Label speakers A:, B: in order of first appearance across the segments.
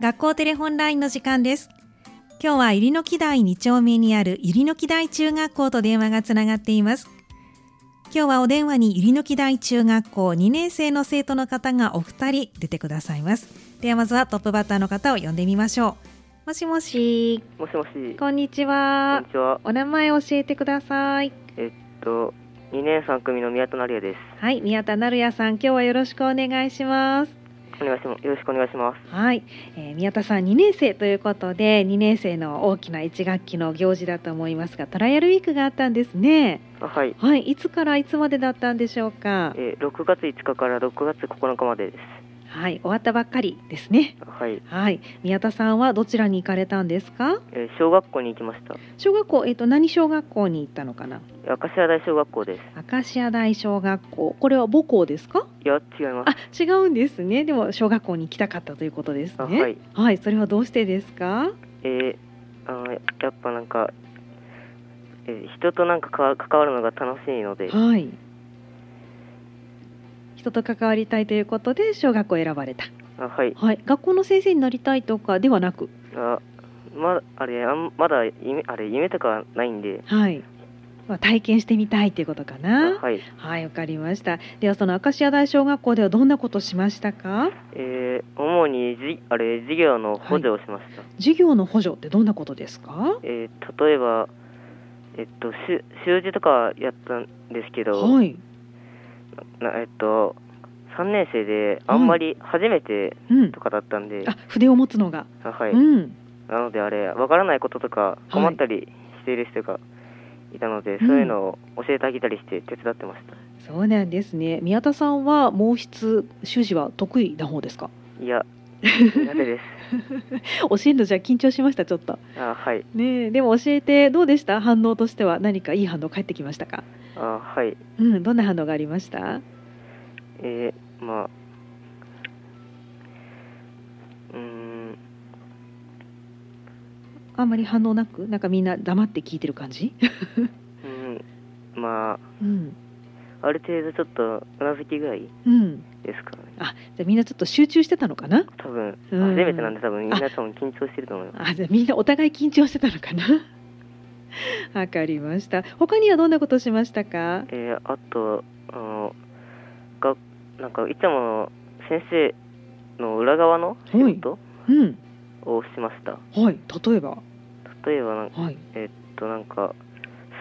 A: 学校テレホンラインの時間です今日は入野木台2丁目にある入野木台中学校と電話がつながっています今日はお電話に入野木台中学校2年生の生徒の方がお二人出てくださいますではまずはトップバッターの方を呼んでみましょうもしもし
B: もしもし。
A: こんにち
B: こ
A: は
B: んにちは。
A: お名前教えてください
B: えっと、2年3組の宮田成也です。
A: はい宮田成也さん今日はよろしくお願いします
B: お願いします。よろしくお願いします。
A: はい、えー宮田さん2年生ということで2年生の大きな1学期の行事だと思いますがトライアルウィークがあったんですね
B: あはい。
A: はいいつからいつまでだったんでしょうか
B: えー、6月5日から6月9日までです。
A: はい終わったばっかりですね
B: はい。
A: はい宮田さんはどちらに行かれたんですか
B: えー小学校に行きました。
A: 小学校えっ、と何小学校に行ったのかな
B: 明石屋大小学校です。
A: 明石屋大小学校これは母校ですか
B: いや、違います。
A: あ違うんですねでも小学校に行きたかったということです
B: あ
A: ね
B: はい。
A: はい、それはどうしてですか
B: えー、あの、やっぱなんか、えー人となんかか関わるのが楽しいので、
A: はい。人と関わりたいということで小学校を選ばれた。
B: あはい。
A: はい。学校の先生になりたいとかではなく、
B: あまあれあんまだ夢あれ夢とかないんで、
A: はい。まあ体験してみたいということか
B: あ
A: な。
B: はい。
A: はい、わかりました。ではその明石家大小学校ではどんなことをしましたか？
B: えー、主にじあれ授業の補助をしました。
A: 授業の補助ってどんなことですか？
B: えー例えば、えっと、し習字とかやったんですけど、
A: はい。
B: なえっと、3年生であんまり初めて
A: うん
B: と。かだったんで、
A: あ、筆を持つのが、
B: あはい
A: うん。
B: なのであれわからないこととか困ったりしている人がいたので、そういうのを教えてあげたりして手伝ってました、
A: そうなんですね。宮田さんは毛筆習字は得意な方ですか？
B: いや苦手です
A: 教えるのじゃあ緊張しましたちょっと。
B: あはい
A: ねえでも教えてどうでした反応としては何かいい反応返ってきましたか
B: あはい
A: うんどんな反応がありました
B: えー、まあうーん
A: あんまり反応なくなんかみんな黙って聞いてる感じ
B: うんま
A: うん
B: あある程度ちょっとうなずきぐらい
A: うん
B: ですかね
A: あじゃあみんなちょっと集中してたのかな
B: 多分初
A: うん
B: めてなんで多分みんな多分緊張してると思います
A: あじゃあみんなお互い緊張してたのかなわかりました他にはどんなことしましたか
B: えーあとあのがなんかいつもの先生の裏側の仕事
A: うん
B: をしました
A: はい例えば
B: 例えばなんか
A: はい
B: えっとなんか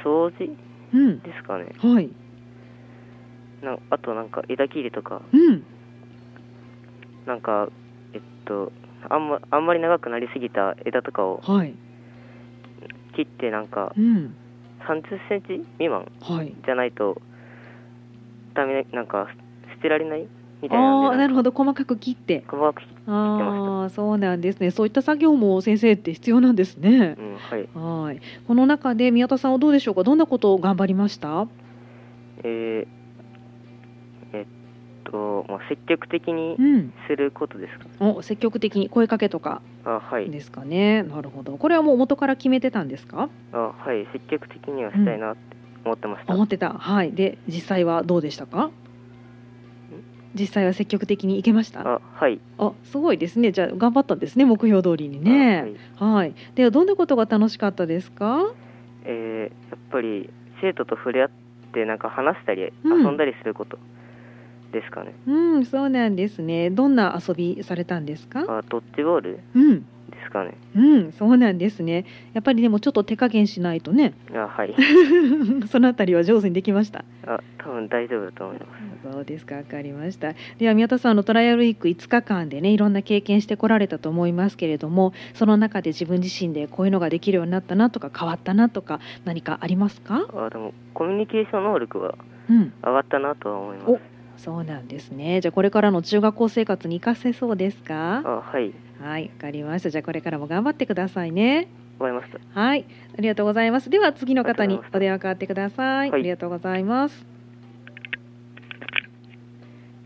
B: 掃除
A: うん
B: ですかね
A: はい
B: なんあとなんか枝切りとか
A: うん
B: なんかえっとあん,、まあんまり長くなりすぎた枝とかを
A: はい
B: 切ってなんか
A: うん
B: 3 0センチ未満
A: はい
B: じゃないとダメなんか捨てられないみたいなんで
A: ああーなるほ
B: ど
A: ど細かく切って
B: 細かくってました
A: ああ、そうなんですね。そういった作業も先生って必要なんですね
B: う。んはい
A: はい。この中で宮田さんはどうでしょうか。どんなことを頑張りました？
B: えーえっと、まあ、積極的に
A: うん。
B: することですか
A: お、積極的に声かけとか
B: あはい
A: ですかね。なるほど。これはもう元から決めてたんですか？
B: あはい積極的にはしたいなって思ってました、
A: 思ってた。はい。で、実際はどうでしたか？実際は積極的に行けました。
B: あはい
A: あ、すごいですね。じゃあ頑張ったんですね。目標通りに
B: あはい
A: ね。はい。ではどんなことが楽しかったですか？
B: えーやっぱり生徒と触れ合ってなんか話したり
A: うん
B: 遊んだりすることですかね、
A: うん、そうなんですね。どんな遊びされたんですか？
B: あドッジボール
A: うん。
B: ですかね
A: うん、そうなんですね。やっぱりでもちょっと手加減しないとね。
B: あはい
A: そのあたりは上手にできました。
B: あ多分大丈夫だと思います
A: そうですか、わかりました。では宮田さんあのトライアルウィーク5日間でね、いろんな経験してこられたと思いますけれども、その中で自分自身でこういうのができるようになったなとか変わったなとか何かありますか？
B: あでもコミュニケーション能力は
A: うん、
B: 上がったなとは思います
A: おそうなんですね。じゃあこれからの中学校生活に活かせそうですか？
B: あはい
A: はい、わかりました。じゃあこれからも頑張ってくださいね。
B: わかりました
A: はい、ありがとうございます。では次の方にお電話変わってください。
B: はい
A: ありがとうございます。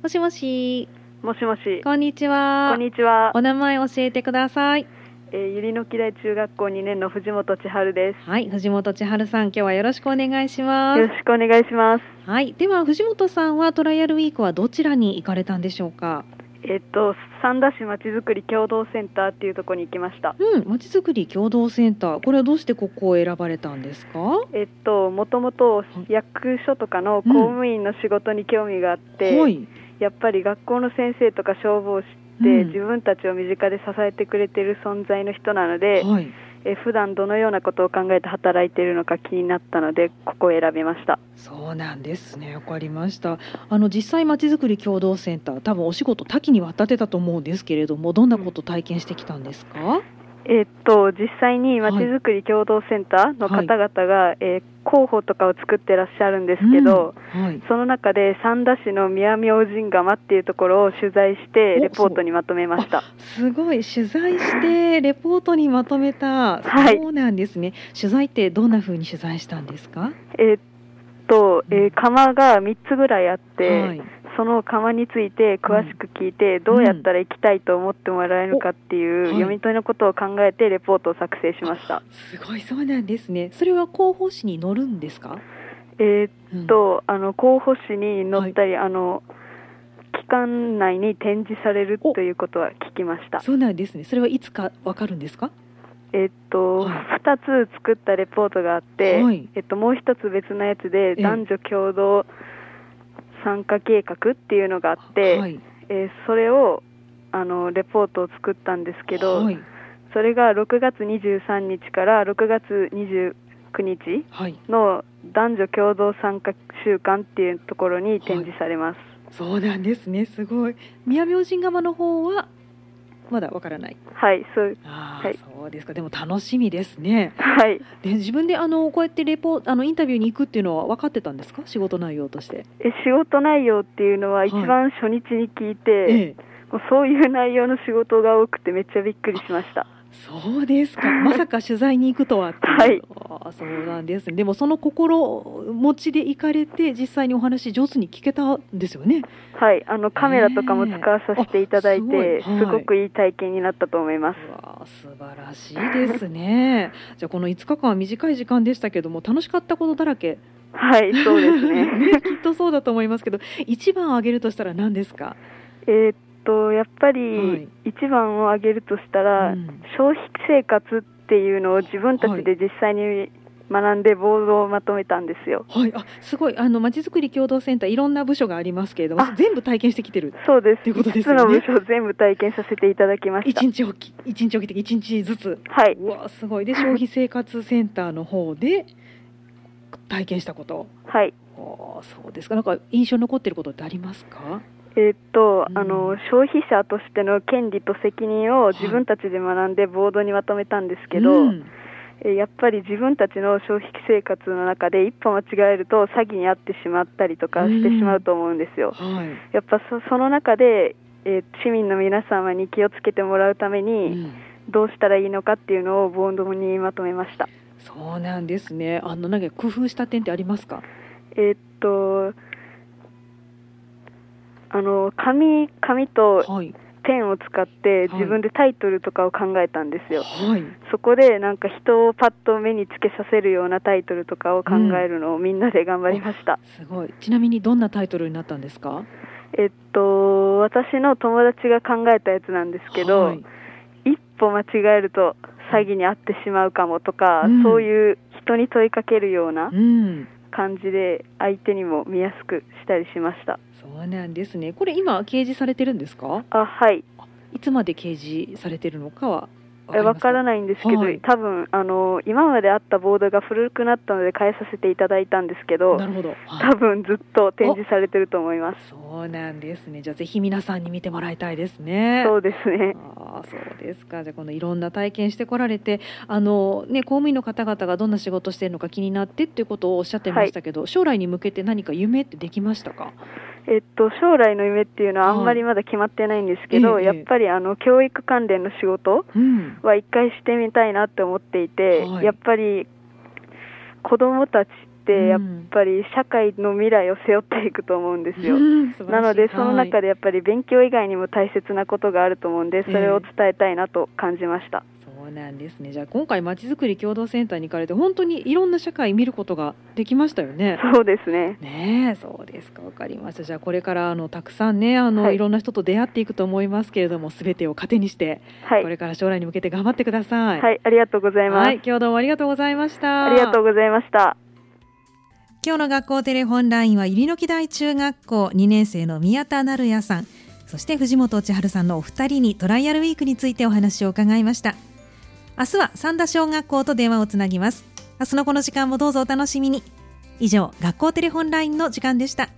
A: もしもし、
C: もしもし。
A: こんにちは。
C: こんにちは。
A: お名前教えてください。
C: えー、ゆりのきらい中学校2年の藤本千春です。
A: はい、藤本千春さん、今日はよろしくお願いしま
C: よ
A: す。
C: ろしくお願いします。
A: はい、では藤本さんはトライアルウィークはどちらに行かれたんでしょうか。
B: えっと三田市まちづくり協同センターっていうところに行きました。
A: うん、まちづくり協同センター、これはどうしてここを選ばれたんですか。
B: えっともともと役所とかの公務員の仕事に興味があって、
A: はい。
B: やっぱり学校の先生とか消防士って、
A: うん
B: 自分たちを身近で支えてくれてる存在の人なので、
A: はい。
B: え普段どのようなことを考えて働いているのか気になったのでここを選びました
A: そうなんですね。わかりました。あの実際まちづくり協同センター、多分お仕事多岐にわたってたと思うんですけれども、どんなことを体験してきたんですか。
B: えっと実際にまちづくり協同センターの方々が、えー広報とかを作ってらっしゃるんですけど、
A: うんはい。
B: その中で三田市の宮明神窯っていうところを取材して
A: お
B: レポートにまとめました
A: すごい取材してレポートにまとめた。
B: はい
A: そうなんですね。取材ってどんな風に取材したんですか。
B: えっと、えー窯が3つぐらいあって、
A: はい。
B: その窯について詳しく聞いて、どうやったら行きたいと思ってもらえるかっていう、
A: はい
B: 読み取りのことを考えてレポートを作成しました、
A: すごいそうなんですね。それは広報誌に載るんですか。
B: えー
A: うん
B: っとあの候補誌に載ったり、あの期間内に展示されるということは聞きました
A: そうなんですね。それはいつかわかるんですか。
B: えーっと、
A: はい
B: 2つ作ったレポートがあって、
A: はい
B: えっと、もう1つ別のやつで
A: ええ
B: 男女共同参加計画っていうのがあって、
A: はい。
B: えーそれをあのレポートを作ったんですけど、
A: はい。
B: それが6月23日から6月29日
A: はい。
B: の男女共同参加週間っていうところに展示されます、
A: そうなんですね。すごい。宮明神釜の方は。まだわからない。
B: はい、そう
A: ああ、
B: はい
A: そうですか。でも楽しみですね。
B: はい
A: で、自分であのこうやってレポ、あのインタビューに行くっていうのは分かってたんですか。仕事内容として。
B: え仕事内容っていうのは
A: はい
B: 一番初日に聞いて、
A: え。
B: もうそういう内容の仕事が多くてめっちゃびっくりしました
A: そうです か。まさか取材に行くとはって
B: は
A: いう
B: い。
A: ああそうなんですね。でもその心持ちで行かれて実際にお話上手に聞けたんですよね。
B: はいあのカメラとかも使わさせていただいて、
A: ええあす
B: す
A: ごいはい
B: ごくいい体験になったと思います
A: うわあ素晴らしいですね。じゃあこの5日間は短い時間でしたけども楽しかったことだらけ。
B: はいそうですね
A: ねきっとそうだと思いますけど一番挙げるとしたら何ですか。
B: えーっとやっぱ
A: はい
B: り一番を挙げるとしたら、
A: うん
B: 消費生活っていうのを自分たちで実際に学んでボードをまとめたんですよ。
A: はい、あすごいあのまちづくり協同センターいろんな部署がありますけれども
B: あ
A: 全部体験してきてる
B: そうで
A: っ
B: す。
A: ていうことです
B: 5つ
A: よね
B: の部署を全部体験させていただきました
A: 一。日おき一日おき的一日ずつ
B: はい。
A: うわすごいで消費生活センターの方で体験したこと
B: はい。
A: おそうですかなんか印象に残ってることってありますか
B: えーっと、
A: うん
B: あの消費者としての権利と責任を自分たちで学んでボードにまとめたんですけど、
A: うん
B: えーやっぱり自分たちの消費生活の中で一歩間違えると詐欺に遭ってしまったりとかしてしまうと思うんですよ。
A: は
B: やっぱそその中で、えー市民の皆様に気をつけてもらうため
A: い、
B: にどうしたらいいのかっていうのをボンドにまとめました。
A: そうなんですねあのなんか工夫した点ってありますか
B: えーっとあの紙紙と
A: はい
B: ペンを使って
A: はい
B: 自分でタイトルとかを考えたんですよ。
A: はい
B: そこでなんか人をパッと目につけさせるようなタイトルとかを考えるのをみんなで頑張りました。
A: すごいちなみにどんなタイトルになったんですか
B: えーっと私の友達が考えたやつなんですけど、
A: はい
B: 一歩間違えると詐欺に遭ってしまうかもとか、
A: うん
B: そういう人に問いかけるような
A: うん
B: 感じで相手にも見やすくしたりしました
A: そうなんですねこれ今掲示されてるんですか
B: あはい
A: いつまで掲示されてるのかは
B: えわから
A: い
B: ないんですけど、
A: はい
B: 多分あの今まであったボードが古くなったので変えさせていただいたんですけど
A: なるほど、はい
B: 多分ずっと展示されてると思います
A: そうなんですねじゃあぜひ皆さんに見てもらいたいですね
B: そうですね
A: ああそうですかじゃあこのいろんな体験してこられてあの、ね、公務員の方々がどんな仕事してるのか気になってっていうことをおっしゃってましたけど、将来に向けて何か夢ってできましたか
B: えっと将来の夢っていうのはあんまりまだ決まってないんですけど、
A: はいええ
B: やっぱりあの教育関連の仕事、
A: うん
B: は一回してみたいなって思っていて、
A: はい
B: やっぱり子供たちってやっぱり社会の未来を背負っていくと思うんですよ。なのでその中
A: で
B: でやっぱり勉強以外にも大切なことがあると思うんでそれを伝えたいなと感じました、
A: そう
D: なんですねじゃあ今回まちづくり共同センターに行かれて本当にいろんな社会見ることができましたよね。
B: そうですね。
D: ねえそうですかわかりましたじゃあこれからあのたくさんねあの、、
B: はいい
D: ろんな人と出会っていくと思いますけれどもすべてを糧にして、
B: はい
D: こ。れから将来に向けて頑張ってください。
B: はい、ありがとうございます。
D: はい、今日どうもありがとうございました。
B: ありがとうございました。
A: 今日の学校テレホンラインは入野木台中学校2年生の宮田成也さんそして藤本千春さんのお二人にトライアルウィークについてお話を伺いました明日は三田小学校と電話をつなぎます明日のこの時間もどうぞお楽しみに以上学校テレホンラインの時間でした